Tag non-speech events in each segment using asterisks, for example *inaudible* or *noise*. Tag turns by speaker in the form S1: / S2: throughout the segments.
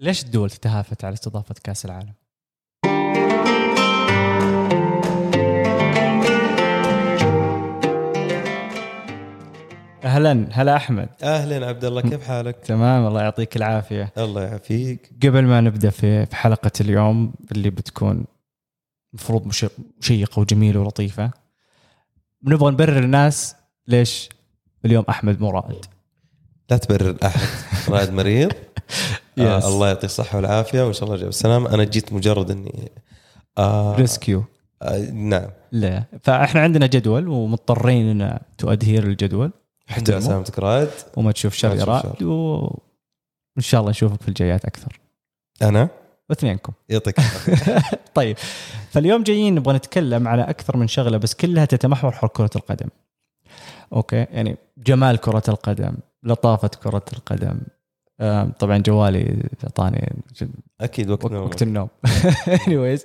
S1: ليش الدول تتهافت على استضافه كاس العالم؟ اهلا هلا احمد
S2: اهلا عبد الله كيف حالك؟
S1: تمام الله يعطيك العافيه
S2: الله يعافيك
S1: قبل ما نبدا في في حلقه اليوم اللي بتكون المفروض مش- مشيقه وجميله ولطيفه نبغى نبرر الناس ليش اليوم احمد مو رائد
S2: لا تبرر احد *laughs* رائد مريض آه
S1: Yes.
S2: الله يعطيه الصحه والعافيه وان شاء الله جاب السلامه انا جيت مجرد اني آه
S1: ريسكيو
S2: آه نعم
S1: لا فاحنا عندنا جدول ومضطرين ان تو ادهير الجدول
S2: حتى سلامتك رائد
S1: وما تشوف
S2: ما
S1: شر
S2: تشوف
S1: رائد وان شاء الله اشوفك في الجايات اكثر
S2: انا
S1: واثنينكم *laughs*
S2: يعطيك العافية.
S1: طيب فاليوم جايين نبغى نتكلم على اكثر من شغله بس كلها تتمحور حول كره القدم اوكي يعني جمال كره القدم لطافه كره القدم آم، طبعا جوالي اعطاني
S2: اكيد وقت نومك.
S1: وقت النوم *laughs* anyways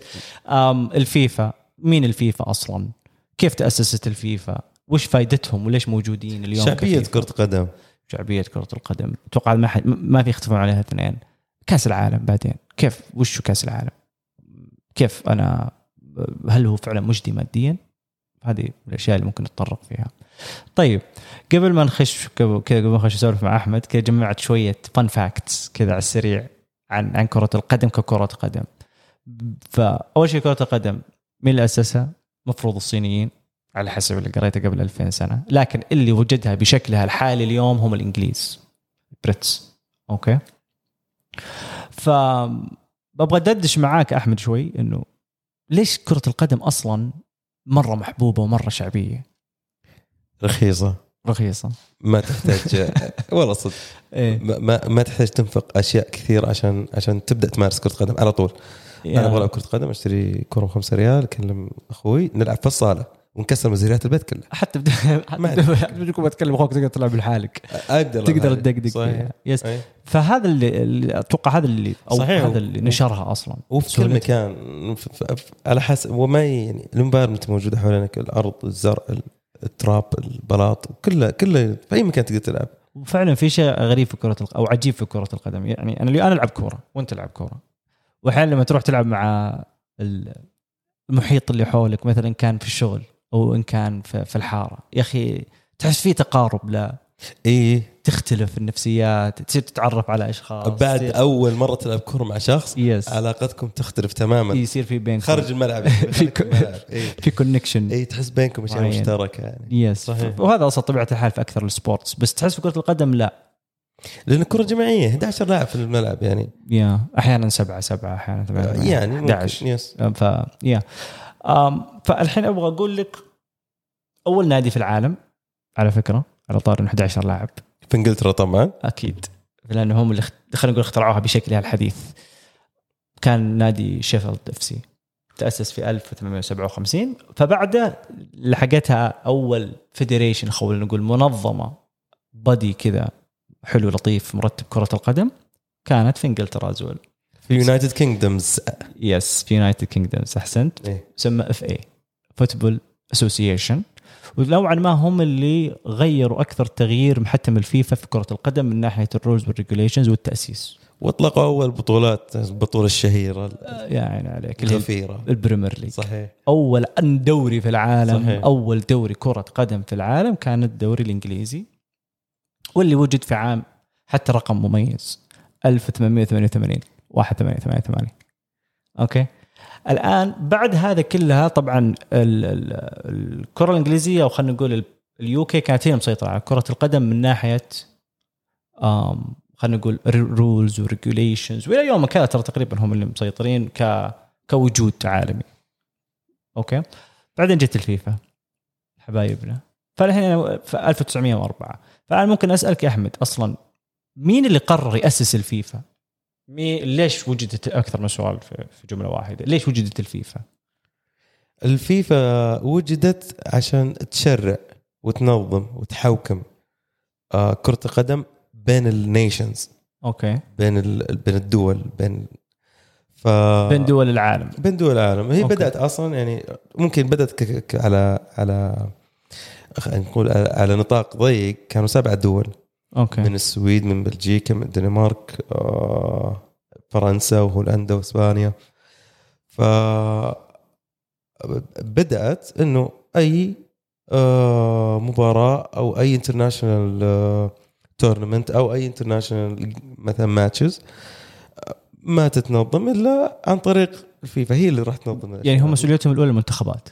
S1: um, الفيفا مين الفيفا اصلا كيف تاسست الفيفا وش فائدتهم وليش موجودين اليوم
S2: شعبيه
S1: كفيفا؟
S2: كره قدم
S1: شعبيه كره القدم اتوقع ما حد ما في يختلفون عليها اثنين كاس العالم بعدين كيف وش هو كاس العالم كيف انا هل هو فعلا مجدي ماديا هذه الاشياء اللي ممكن نتطرق فيها طيب قبل ما نخش قبل كذا قبل ما نخش اسولف مع احمد كذا جمعت شويه فان فاكتس كذا على السريع عن عن كره القدم ككره قدم فاول شيء كره القدم مين اللي اسسها؟ مفروض الصينيين على حسب اللي قريته قبل 2000 سنه لكن اللي وجدها بشكلها الحالي اليوم هم الانجليز بريتس اوكي ف ببغى ادردش معاك احمد شوي انه ليش كره القدم اصلا مره محبوبه ومره شعبيه
S2: رخيصه
S1: رخيصه
S2: ما تحتاج *laughs* والله صدق
S1: ايه
S2: ما, ما- ما تحتاج تنفق اشياء كثير عشان عشان تبدا تمارس كره قدم على طول
S1: يعني
S2: انا ابغى العب كره قدم اشتري كره بخمسة ريال اكلم اخوي نلعب في الصاله ونكسر مزريات البيت كلها
S1: حتى بدون
S2: *laughs* ما
S1: حتى بدون ما اتكلم اخوك تقدر تلعب لحالك
S2: اقدر
S1: تقدر تدقدق يعني.
S2: صحيح
S1: فيها. يس
S2: أي.
S1: فهذا اللي اللي- اتوقع هذا اللي او
S2: صحيح.
S1: هذا اللي نشرها اصلا
S2: وفي كل
S1: سهولتها.
S2: مكان ف- ف- ف- على حسب وما ي- يعني الانفايرمنت موجوده حوالينك الارض الزرع ال- التراب البلاط كله كله في اي مكان تقدر تلعب
S1: وفعلا في شيء غريب في كره الق... او عجيب في كره القدم يعني انا اليوم انا العب كوره وانت تلعب كوره واحيانا لما تروح تلعب مع ال- المحيط اللي حولك مثلا إن كان في الشغل او ان كان في, في الحاره يا اخي تحس في تقارب لا
S2: اي
S1: تختلف النفسيات تصير تتعرف على اشخاص
S2: بعد
S1: تصير-
S2: اول مره تلعب كره مع شخص
S1: يس
S2: علاقتكم تختلف تماما
S1: يصير في بينكم *laughs*
S2: خارج الملعب يعني،
S1: في
S2: خارج الملعب
S1: *laughs*
S2: اي
S1: في كونكشن
S2: اي تحس بينكم اشياء
S1: معين.
S2: مشتركه يعني
S1: يس
S2: صحيح.
S1: وهذا اصلا طبيعه الحال في اكثر السبورتس بس تحس في كره القدم لا
S2: لان الكره جماعيه 11 لاعب في الملعب يعني
S1: يا احيانا سبعه سبعه احيانا ثمانيه
S2: يعني ممكن.
S1: 11.
S2: يس
S1: ف يا أم، فالحين ابغى اقول لك اول نادي في العالم على فكره على طار إنه 11 لاعب
S2: في انجلترا طبعا
S1: اكيد لانه هم اللي اخت- خلينا نقول اخترعوها بشكلها الحديث كان نادي شيفيلد اف سي تاسس في 1857 فبعده لحقتها اول فيدريشن خلينا نقول منظمه بادي كذا حلو لطيف مرتب كره القدم كانت في انجلترا زول
S2: في يونايتد كينجدمز
S1: يس في يونايتد كينجدمز احسنت
S2: إيه.
S1: سمى اف اي فوتبول اسوسيشن ونوعا ما هم اللي غيروا اكثر تغيير حتى من الفيفا في كره القدم من ناحيه الرولز والريجوليشنز والتاسيس
S2: واطلقوا اول بطولات البطوله الشهيره
S1: يا عيني يعني عليك اللي هي
S2: الغفيره
S1: البريمير ليج
S2: صحيح
S1: اول أن دوري في العالم صحيح.
S2: صحيح.
S1: اول دوري كره قدم في العالم كان الدوري الانجليزي واللي وجد في عام حتى رقم مميز 1888 1888 اوكي الان بعد هذا كلها طبعا ال- ال- الكره الانجليزيه او خلينا نقول اليو كي كانت هي مسيطره على كره القدم من ناحيه آم، خلينا نقول رولز وريجوليشنز والى يومنا كذا ترى تقريبا هم اللي مسيطرين ك كوجود عالمي اوكي بعدين جت الفيفا حبايبنا فالحين أنا في 1904 فانا ممكن اسالك يا احمد اصلا مين اللي قرر ياسس الفيفا؟ مي ليش وجدت اكثر من سؤال في في جمله واحده؟ ليش وجدت الفيفا؟
S2: الفيفا وجدت عشان تشرع وتنظم وتحوكم آه، كرة القدم بين النيشنز
S1: اوكي
S2: بين ال... بين الدول بين ف
S1: بين دول العالم
S2: بين دول العالم هي
S1: أوكي.
S2: أوكي. بدأت اصلا يعني ممكن بدأت ك... ك... على على خلينا نقول على على نطاق ضيق كانوا سبع دول
S1: اوكي
S2: من السويد من بلجيكا من الدنمارك آه، فرنسا وهولندا واسبانيا ف بدات انه اي آه، مباراه او اي انترناشونال تورنمنت او اي انترناشونال مثلا ماتشز آه، ما تتنظم الا عن طريق الفيفا هي اللي راح تنظم
S1: يعني هم مسؤوليتهم الاولى المنتخبات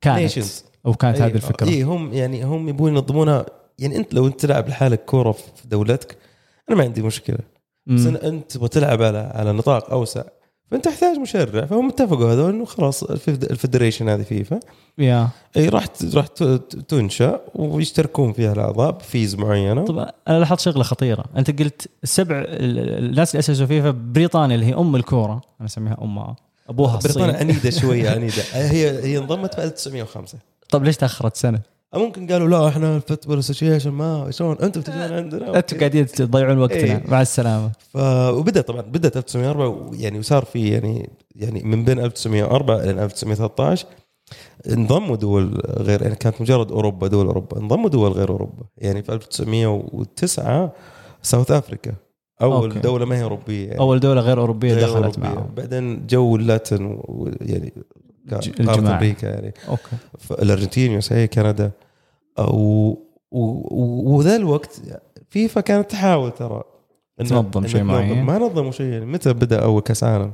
S1: كانت
S2: Nations.
S1: وكانت
S2: إيه،
S1: هذه الفكره
S2: اي هم يعني هم يبون ينظمونها يعني انت لو انت تلعب لحالك كوره في دولتك انا ما عندي مشكله
S1: مم.
S2: بس إن انت تبغى تلعب على على نطاق اوسع فانت تحتاج مشرع فهم اتفقوا هذول انه خلاص الفيف- الفدريشن هذه فيفا
S1: يا
S2: اي راح ت- راح ت- تنشا ويشتركون فيها الاعضاء بفيز معينه
S1: طب انا لاحظت شغله خطيره انت قلت السبع ال- ال- الناس اللي اسسوا فيفا بريطانيا اللي هي ام الكوره انا اسميها امها ابوها
S2: بريطانيا
S1: الصين
S2: عنيده شويه عنيده هي هي انضمت في 1905
S1: طب طيب، ليش تاخرت سنه؟
S2: ممكن قالوا لا احنا الفوتبول اسوشيشن ما شلون انتم بتجون عندنا
S1: انتم قاعدين تضيعون وقتنا
S2: إيه.
S1: مع السلامه
S2: ف... وبدا طبعا بدات 1904 يعني وصار في يعني يعني من بين 1904 الى 1913 انضموا دول غير يعني كانت مجرد اوروبا دول اوروبا انضموا دول غير اوروبا يعني في 1909 ساوث افريكا اول
S1: أوكي.
S2: أوكي. دوله ما هي اوروبيه يعني
S1: اول دوله غير اوروبيه
S2: غير
S1: دخلت
S2: أوروبية.
S1: معهم
S2: بعدين جو اللاتن و- ويعني كا-
S1: ج-
S2: قارة
S1: الجماعة.
S2: امريكا يعني
S1: اوكي
S2: ف- الارجنتين يوساي إيه، كندا آه، و... و... و... وذا الوقت فيفا كانت تحاول ترى إن-
S1: تنظم
S2: إن
S1: شيء معين.
S2: ما نظموا شيء يعني متى بدا اول كاس عالم؟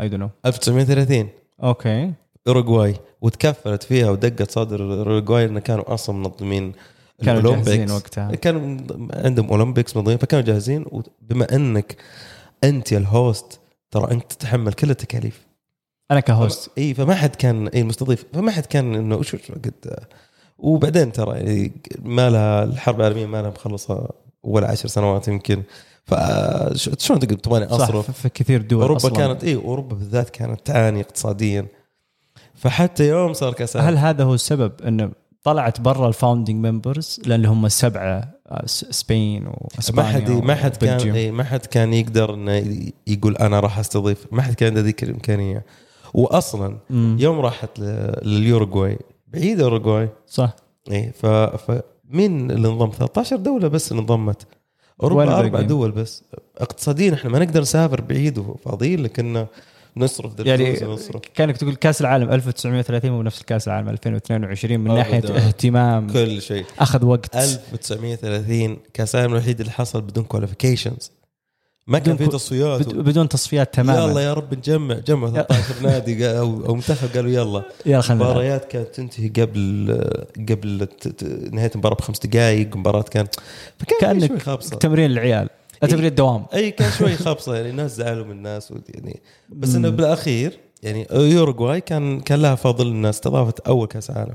S1: اي دون نو
S2: 1930
S1: اوكي
S2: اوروغواي وتكفلت فيها ودقت صدر اوروغواي انه كانوا اصلا منظمين
S1: كانوا
S2: الأولمبيكس.
S1: جاهزين وقتها
S2: كانوا منض- عندهم اولمبيكس منظمين فكانوا جاهزين وبما انك انت الهوست ترى انت تتحمل كل التكاليف
S1: انا كهوست
S2: اي فما حد كان اي المستضيف فما حد كان انه وش وش قد وبعدين ترى يعني ما لها الحرب العالميه ما لها مخلصه ولا عشر سنوات يمكن فشلون تقدر تبغاني
S1: صح
S2: اصرف
S1: في- في كثير دول
S2: اوروبا
S1: أصلاً.
S2: كانت اي اوروبا بالذات كانت تعاني اقتصاديا فحتى يوم صار كاس
S1: هل
S2: العالم
S1: هذا هو السبب انه طلعت برا الفاوندنج ممبرز لان هم السبعه آه، س- سبين
S2: ما
S1: واسبانيا
S2: حد ما حد كان إيه.
S1: وبلجيوم.
S2: اي ما حد كان يقدر انه ي- يقول انا راح استضيف ما حد كان عنده ذيك الامكانيه واصلا
S1: مم.
S2: يوم راحت ل- لليوروغواي بعيده اوروغواي
S1: صح
S2: ايه ف... فمين اللي انضم 13 دوله بس اللي انضمت
S1: وين
S2: اوروبا اربع
S1: الباقيين؟
S2: دول بس اقتصاديا احنا ما نقدر نسافر بعيد وفاضيين لكن نصرف ذا
S1: يعني
S2: الفلوس ونصرف
S1: كانك تقول كاس العالم 1930 مو نفس كاس العالم 2022 من
S2: أبداً.
S1: ناحيه اهتمام
S2: كل شيء
S1: اخذ وقت
S2: 1930 كاس العالم الوحيد اللي حصل بدون كواليفيكيشنز ما كان
S1: بدون
S2: في
S1: كو-
S2: تصفيات
S1: بد- بدون تصفيات تماما
S2: يلا يا رب نجمع جمع
S1: *laughs*
S2: 13 نادي قا- او او منتخب قالوا يلا
S1: يلا خلينا نلعب.
S2: مباريات كانت تنتهي قبل قبل ت- ت- نهايه المباراه بخمس دقائق مباراه كانت فكان في شوي
S1: كانك
S2: خابصه
S1: تمرين العيال آه، تمرين الدوام
S2: اي كان شوي خبصه يعني الناس زعلوا من الناس ود- يعني بس انه بالاخير يعني يوروغواي كان كان لها فضل انها استضافت اول كاس عالم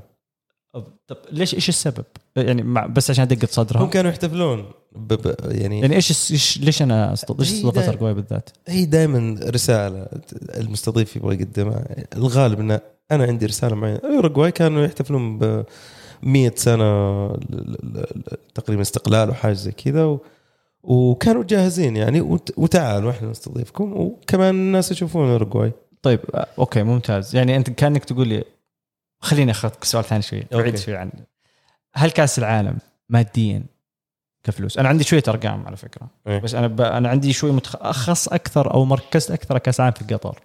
S1: طب ليش ايش السبب؟ يعني مع بس عشان دقه
S2: هم
S1: صدرهم
S2: كانوا يحتفلون ب- ب- يعني
S1: يعني ايش الس- ايش ليش انا استض- ليش
S2: إيه،
S1: استضافت
S2: ده-
S1: ارجواي بالذات؟
S2: هي دائما رساله المستضيف يبغى يقدمها الغالب انه انا عندي رساله معينه يوروغواي كانوا يحتفلون ب 100 سنه ل- ل- ل- تقريبا استقلال وحاجه زي كذا و- وكانوا جاهزين يعني وت- وتعالوا احنا نستضيفكم وكمان الناس يشوفون اوروغواي
S1: طيب آه، اوكي ممتاز يعني انت كانك تقول لي خليني اخذك سؤال ثاني شوي بعيد
S2: أوكي.
S1: شوي عن هل كاس العالم ماديا كفلوس انا عندي شويه ارقام على فكره
S2: إيه.
S1: بس انا ب... انا عندي شوي متخصص اكثر او مركزت اكثر على كاس عالم في قطر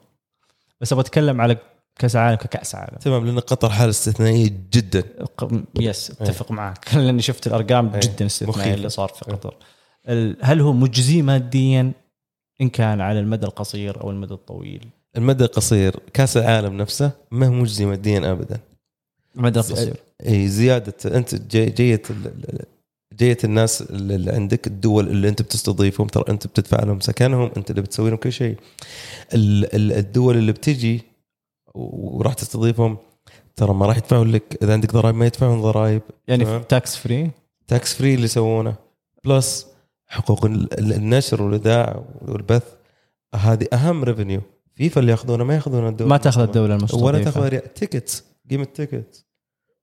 S1: بس ابغى اتكلم على كاس عالم ككاس عالم
S2: تمام لان قطر حاله استثنائيه جدا
S1: ق- يس اتفق *laughs* معك لاني شفت الارقام
S2: إيه.
S1: جدا استثنائيه
S2: مخيفة. إيه.
S1: اللي صار في قطر ال- هل هو مجزي ماديا ان كان على المدى القصير او المدى الطويل
S2: المدى القصير كاس العالم نفسه ما هو مجزي ماديا ابدا
S1: المدى
S2: ز-
S1: القصير
S2: اي زياده انت جاي جايه ال- جايه الناس اللي اللي عندك الدول اللي انت بتستضيفهم ترى انت بتدفع لهم سكنهم انت اللي بتسوي لهم كل شيء ال- ال- الدول اللي بتجي و- وراح تستضيفهم ترى ما راح يدفعون لك اذا عندك ضرائب ما يدفعون ضرائب
S1: يعني
S2: تمام.
S1: تاكس فري
S2: تاكس فري اللي يسوونه بلس حقوق ال- ال- النشر والاذاعه والبث هذه اهم ريفينيو فيفا اللي ياخذونه ما ياخذونه الدول
S1: ما تاخذ الدوله المستضيفه
S2: ولا تاخذ ريال تيكتس قيمه تيكت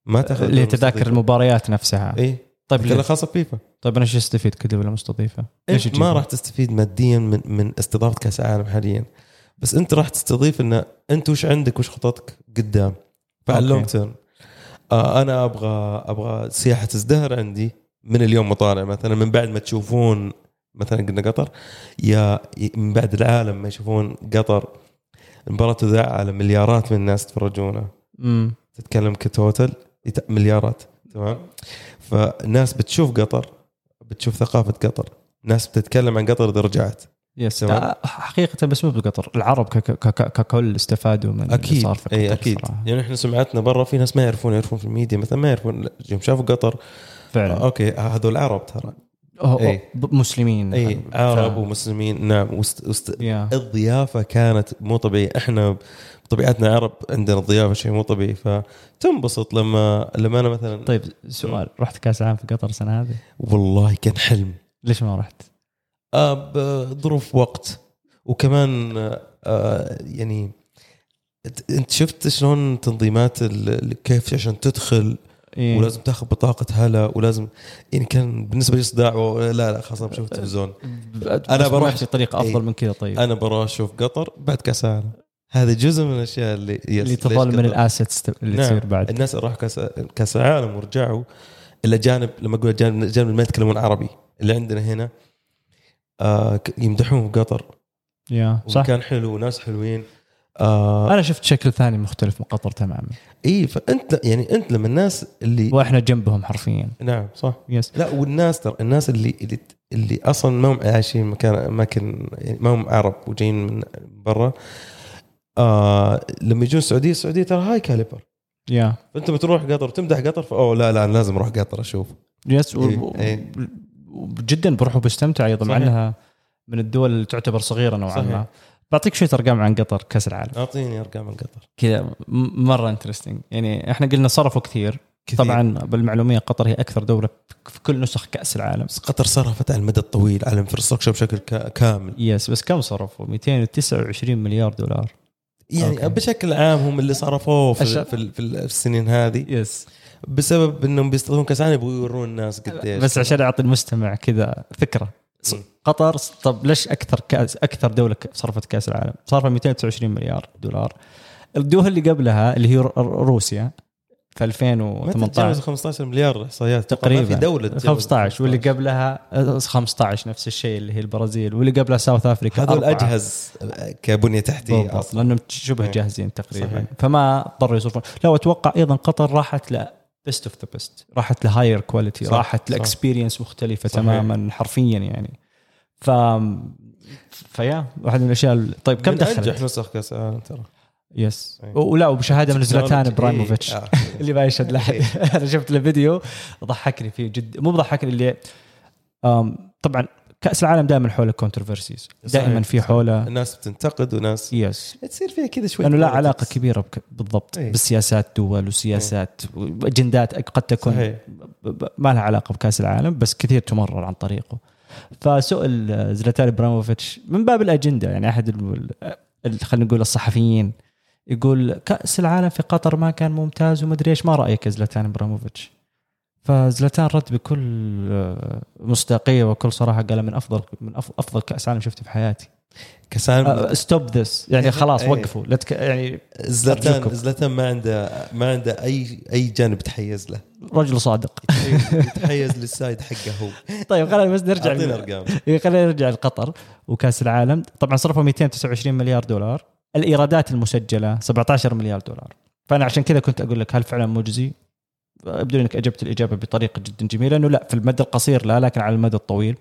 S2: ما تاخذ
S1: آه، اللي هي تذاكر المباريات نفسها
S2: اي
S1: طيب
S2: تذاكر
S1: ليه؟
S2: خاصه بفيفا
S1: طيب انا شو استفيد كدوله مستضيفه؟ ايش
S2: انت إيه، ما راح تستفيد ماديا من من استضافه كاس العالم حاليا بس انت راح تستضيف ان انت وش عندك وش خططك قدام
S1: أوكي.
S2: فعلى تيرم آه انا ابغى ابغى سياحه ازدهر عندي من اليوم وطالع مثلا من بعد ما تشوفون مثلا قلنا قطر يا من بعد العالم ما يشوفون قطر المباراة تذاع على مليارات من الناس تتفرجونه
S1: امم
S2: تتكلم كتوتل يت- مليارات تمام فالناس بتشوف قطر بتشوف ثقافة قطر ناس بتتكلم عن قطر إذا رجعت
S1: يس
S2: تمام.
S1: آه، حقيقه بس مو بقطر العرب ك- ك- ك- ككل استفادوا من اللي
S2: اكيد
S1: صار في قطر
S2: اي اكيد
S1: صراحة.
S2: يعني احنا سمعتنا برا في ناس ما يعرفون يعرفون في الميديا مثلا ما يعرفون لا، يوم شافوا قطر
S1: فعلا
S2: اوكي هذول عرب ترى
S1: أوه،
S2: إي.
S1: أوه، ب- مسلمين
S2: اي
S1: ف-
S2: إيه. عرب ومسلمين نعم وست وست
S1: يا
S2: الضيافه كانت مو طبيعيه احنا بطبيعتنا عرب عندنا الضيافه شيء مو طبيعي فتنبسط لما لما انا مثلا
S1: طيب سؤال رحت كاس عام في قطر السنه هذه
S2: والله كان حلم
S1: ليش ما رحت؟
S2: آه، بظروف وقت وكمان آه، يعني أنت- انت شفت شلون تنظيمات ال- ال- كيف عشان تدخل
S1: إيه.
S2: ولازم تاخذ بطاقه هلا ولازم يعني كان بالنسبه لي صداع و- لا لا خلاص أنا بشوف
S1: آه،
S2: التلفزيون
S1: انا
S2: بروح-
S1: بروح في طريقه افضل
S2: إي.
S1: من كذا طيب
S2: انا برا اشوف قطر بعد كاس العالم هذا جزء من الاشياء اللي يس
S1: اللي
S2: ليش
S1: تظل
S2: قطر؟
S1: من الاسيتس اللي
S2: نعم.
S1: تصير بعد
S2: الناس اللي راحوا كاس كاس العالم ورجعوا الاجانب لما اقول اجانب الاجانب اللي ما يتكلمون عربي اللي عندنا هنا آه ك- يمدحون في قطر
S1: يا صح
S2: وكان حلو وناس حلوين آه
S1: انا شفت شكل ثاني مختلف من قطر تماما
S2: اي فانت يعني انت لما الناس اللي
S1: واحنا جنبهم حرفيا
S2: نعم صح
S1: يس
S2: لا والناس ترى الناس اللي اللي اللي اصلا ما هم عايشين مكان اماكن يعني ما هم عرب وجايين من برا آه لما يجون السعوديه السعوديه ترى هاي كاليبر
S1: يا
S2: فانت بتروح قطر تمدح قطر فاوه لا لا انا لازم اروح قطر اشوف
S1: يس و...
S2: إيه،
S1: و-
S2: إيه.
S1: جدا بروح وبستمتع ايضا مع
S2: صحيح.
S1: انها من الدول اللي تعتبر صغيره نوعا
S2: صحيح.
S1: ما بعطيك شويه ارقام عن قطر كاس العالم
S2: اعطيني ارقام القطر
S1: كذا م- مره انترستنج يعني احنا قلنا صرفوا كثير, كثير. طبعا بالمعلوميه قطر هي اكثر دوله في كل نسخ كاس العالم
S2: بس قطر صرفت على المدى الطويل على الانفراستراكشر بشكل كا- كامل
S1: يس بس كم صرفوا 229 مليار دولار
S2: يعني
S1: أوكي.
S2: بشكل عام هم اللي صرفوه في,
S1: أشر-
S2: في, ال- في, ال- في السنين هذه
S1: يس
S2: بسبب انهم بيستخدمون كاس العالم يبغوا يورون الناس قديش
S1: بس عشان اعطي المستمع كذا فكره ص-
S2: مم.
S1: قطر طب ليش اكثر كاس اكثر دوله ك- صرفت كاس العالم؟ صرفت 229 مليار دولار الدول اللي قبلها اللي هي ر- ر- روسيا في
S2: ما تتجاوز
S1: 2018
S2: 15 مليار احصائيات أتوقع ما
S1: تقريبا
S2: في دوله تتجاوز
S1: 15 واللي قبلها آه، 15 نفس الشيء اللي هي البرازيل واللي قبلها ساوث افريكا
S2: هذول
S1: أربعة.
S2: اجهز كبنيه تحتيه
S1: بالضبط
S2: اصلا
S1: لانهم شبه
S2: إيه.
S1: جاهزين تقريبا
S2: صحيح.
S1: صحيح. فما اضطروا يصرفون لا واتوقع ايضا قطر راحت ل بيست اوف ذا بيست راحت لهاير كواليتي
S2: صح،
S1: راحت
S2: صح.
S1: لاكسبيرينس مختلفه
S2: صحيح.
S1: صحيح. تماما حرفيا يعني ف فيا واحد من الاشياء ال- طيب كم
S2: من انجح
S1: دخلت؟
S2: نسخ كاس العالم ترى
S1: يس
S2: إيه.
S1: ولا وبشهاده من زلاتان
S2: تكنولوجي.
S1: ابرايموفيتش
S2: إيه. آه. إيه.
S1: اللي ما يشهد لحد *laughs* انا شفت له فيديو ضحكني فيه جدا مو ضحكني اللي أم، طبعا كاس العالم دائما حوله كونتروفرسيز
S2: صحيح.
S1: دائما في حوله
S2: الناس بتنتقد وناس
S1: يس
S2: تصير فيها كذا شوي
S1: لانه لا
S2: politics.
S1: علاقه كبيره بك بالضبط
S2: إيه.
S1: أيه. بالسياسات دول وسياسات واجندات قد تكون
S2: صحيح.
S1: ب- ب- ما لها علاقه بكاس العالم بس كثير تمرر عن طريقه فسئل آه، زلاتان ابراموفيتش من باب الاجنده يعني احد ال- ال- خلينا نقول الصحفيين يقول كاس العالم في قطر ما كان ممتاز وما ادري ايش ما رايك يا زلاتان ابراموفيتش فزلاتان رد بكل آه، مصداقيه وكل صراحه قال من افضل من أف- افضل كاس عالم شفته في حياتي
S2: كاس
S1: آه،
S2: العالم
S1: ستوب ذس يعني خلاص
S2: إيه.
S1: وقفوا لا تك... يعني
S2: زلاتان
S1: أرجوكم.
S2: زلاتان ما عنده ما عنده اي اي جانب تحيز
S1: *laughs*
S2: له
S1: رجل صادق
S2: يتحيز للسايد حقه هو
S1: طيب خلينا بس نرجع
S2: اعطينا ارقام
S1: إيه، خلينا نرجع لقطر وكاس العالم طبعا صرفوا 229 مليار دولار الايرادات المسجله 17 مليار دولار فانا عشان كذا كنت اقول لك هل فعلا مجزي يبدو انك اجبت الاجابه بطريقه جدا جميله انه لا في المدى القصير لا لكن على المدى الطويل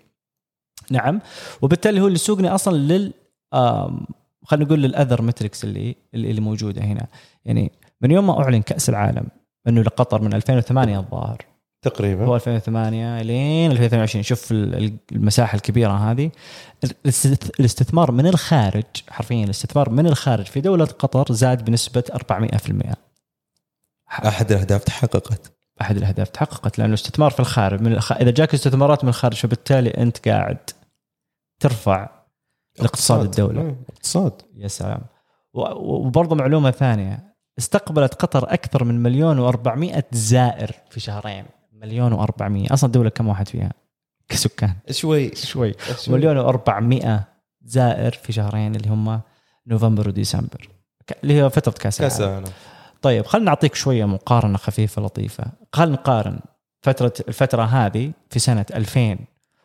S1: نعم وبالتالي هو اللي سوقنا اصلا لل آم، خلينا نقول للاذر متريكس اللي اللي موجوده هنا يعني من يوم ما اعلن كاس العالم انه لقطر من 2008 الظاهر هو
S2: تقريبا
S1: 2008 لين 2022 شوف ال- ال- المساحه الكبيره هذه الاستث- الاستثمار من الخارج حرفيا الاستثمار من الخارج في دوله قطر زاد بنسبه 400%
S2: احد الاهداف تحققت
S1: احد الاهداف تحققت لانه الاستثمار في الخارج من الخ... اذا جاك استثمارات من الخارج فبالتالي انت قاعد ترفع اقتصاد الدولة.
S2: إيه، اقتصاد
S1: يا سلام و- و- وبرضه معلومه ثانيه استقبلت قطر اكثر من مليون و400 زائر في شهرين مليون و400 اصلا الدوله كم واحد فيها كسكان
S2: شوي
S1: شوي
S2: شوي.
S1: مليون و400 زائر في شهرين اللي هم نوفمبر وديسمبر ك- اللي هي فتره كاس
S2: كاس
S1: العالم
S2: العالم
S1: طيب خلينا نعطيك شويه مقارنه خفيفه لطيفه خلينا نقارن فتره الفتره هذه في سنه 2000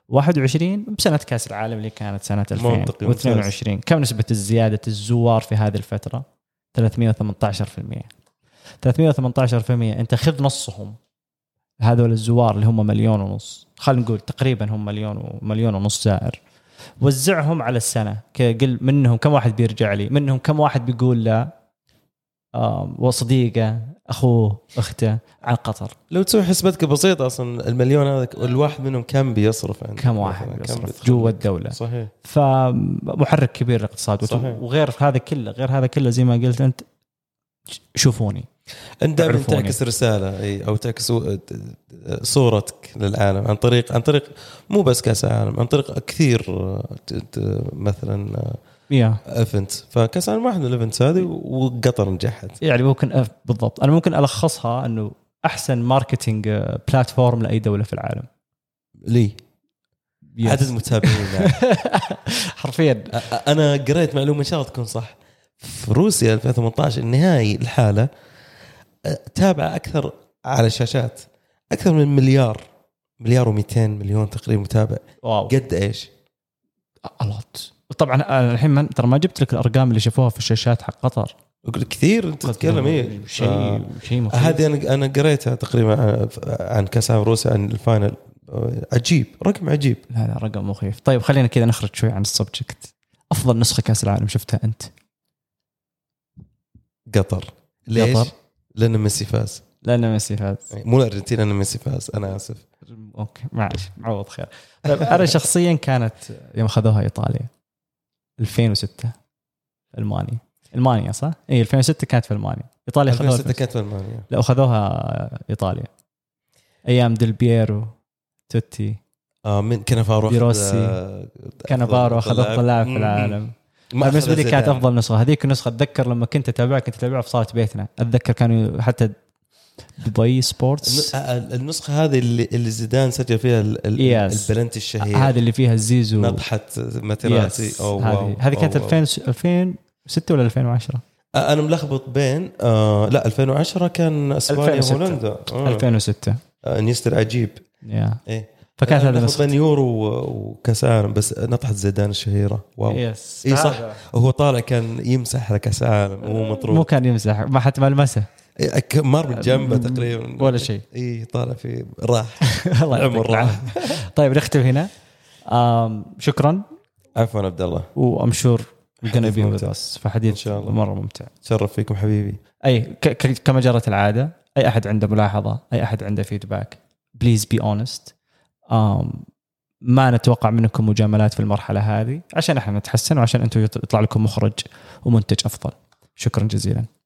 S1: 21 بسنه كاس العالم اللي كانت سنه
S2: منطقي، ممتاز.
S1: 2022 كم نسبه الزياده الزوار في هذه الفتره 318% 318% انت خذ نصهم هذول الزوار اللي هم مليون ونص خلينا نقول تقريبا هم مليون ومليون ونص زائر وزعهم على السنه ك- قل منهم كم واحد بيرجع لي منهم كم واحد بيقول لا آم، وصديقه اخوه اخته عن قطر
S2: لو تسوي حسبتك بسيطه اصلا المليون هذا الواحد منهم كم بيصرف عندك
S1: كم واحد
S2: مثلاً؟ كم
S1: بيصرف
S2: بيدخل؟
S1: جوا الدوله
S2: صحيح
S1: فمحرك كبير للاقتصاد وت-
S2: صحيح.
S1: وغير هذا كله غير هذا كله زي ما قلت انت ش- شوفوني
S2: انت دائما
S1: تعرفوني.
S2: تعكس رساله اي او تعكس و- صورتك للعالم عن طريق عن طريق مو بس كاس العالم عن طريق كثير آه، ت- ت- مثلا
S1: يا
S2: ايفنت فكاس العالم واحد من الايفنتس هذه وقطر نجحت
S1: يعني ممكن أف- بالضبط انا ممكن الخصها انه احسن ماركتينج آه، بلاتفورم لاي دوله في العالم
S2: لي عدد
S1: *laughs*
S2: متابعين يعني.
S1: حرفيا
S2: أ- أ- انا قريت معلومه ان شاء الله تكون صح في روسيا 2018 النهائي الحاله أ، تابع اكثر على الشاشات اكثر من مليار مليار و200 مليون تقريبا متابع
S1: واو
S2: قد ايش؟
S1: الوت طبعا أنا آه، الحين ما- ترى ما جبت لك الارقام اللي شافوها في الشاشات حق قطر
S2: اقول كثير انت تتكلم ايه آه،
S1: يعني شيء شيء مخيف.
S2: هذه انا انا قريتها تقريبا عن- عن كاس العالم روسيا عن الفاينل آه، عجيب رقم عجيب
S1: لا لا رقم مخيف طيب خلينا كذا نخرج شوي عن السبجكت افضل نسخه كاس العالم شفتها انت
S2: قطر ليش؟
S1: قطر.
S2: لان ميسي فاز يعني
S1: لان ميسي فاز
S2: مو الارجنتين لان ميسي فاز انا اسف
S1: اوكي معلش معوض خير طيب انا شخصيا كانت يوم خذوها ايطاليا 2006 المانيا المانيا صح؟ اي 2006 كانت في المانيا ايطاليا خذوها
S2: 2006
S1: 2006
S2: كانت في المانيا
S1: لا وخذوها ايطاليا ايام ديل بييرو توتي
S2: آه من كنافارو
S1: دي روسي. كانافارو اخذ افضل لاعب في العالم بالنسبه لي كانت افضل نسخه هذيك النسخه اتذكر لما كنت اتابعها كنت اتابعها في صاله بيتنا اتذكر كانوا حتى دبي سبورتس
S2: النسخه آه، هذه اللي اللي زيدان سجل فيها ال- ال-
S1: Yes.
S2: البلنتي الشهير
S1: هذه اللي فيها الزيزو
S2: نطحه
S1: Yes.
S2: ماتيراسي أو واو،
S1: هذه هذه
S2: أو
S1: كانت
S2: واو.
S1: 2000 2006 ولا 2010
S2: آه، انا ملخبط بين آه لا 2010 كان اسبانيا
S1: 2006.
S2: هولندا آه.
S1: 2006
S2: آه، نيستر عجيب
S1: يا
S2: ايه
S1: فكانت
S2: أنا
S1: هذه
S2: ملخبط
S1: نسخة
S2: بين يورو و- وكاس العالم بس نطحه زيدان الشهيره واو
S1: يس
S2: اي صح هو طالع كان يمسح على كاس العالم وهو
S1: مو
S2: مطروح
S1: كان يمزح ما حتى ما لمسه
S2: إيه، أك- مر من جنبه تقريبا
S1: ولا شيء
S2: اي طالع في راح
S1: *laughs* الله يعطيك
S2: العمر
S1: العافية. طيب نختم هنا آم، شكرا
S2: عفوا عبد الله
S1: وام شور
S2: حديث
S1: جنبي
S2: ممتع.
S1: بس فحديث
S2: إن شاء الله.
S1: مره ممتع
S2: تشرف فيكم حبيبي
S1: اي ك- ك- كما جرت العاده اي احد عنده ملاحظه اي احد عنده فيدباك بليز بي اونست ما نتوقع منكم مجاملات في المرحله هذه عشان احنا نتحسن وعشان انتم يط- يطلع لكم مخرج ومنتج افضل شكرا جزيلا